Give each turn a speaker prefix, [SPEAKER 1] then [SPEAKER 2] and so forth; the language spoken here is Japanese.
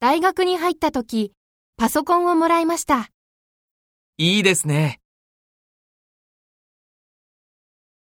[SPEAKER 1] 大学に入った時、パソコンをもらいました。
[SPEAKER 2] いいですね。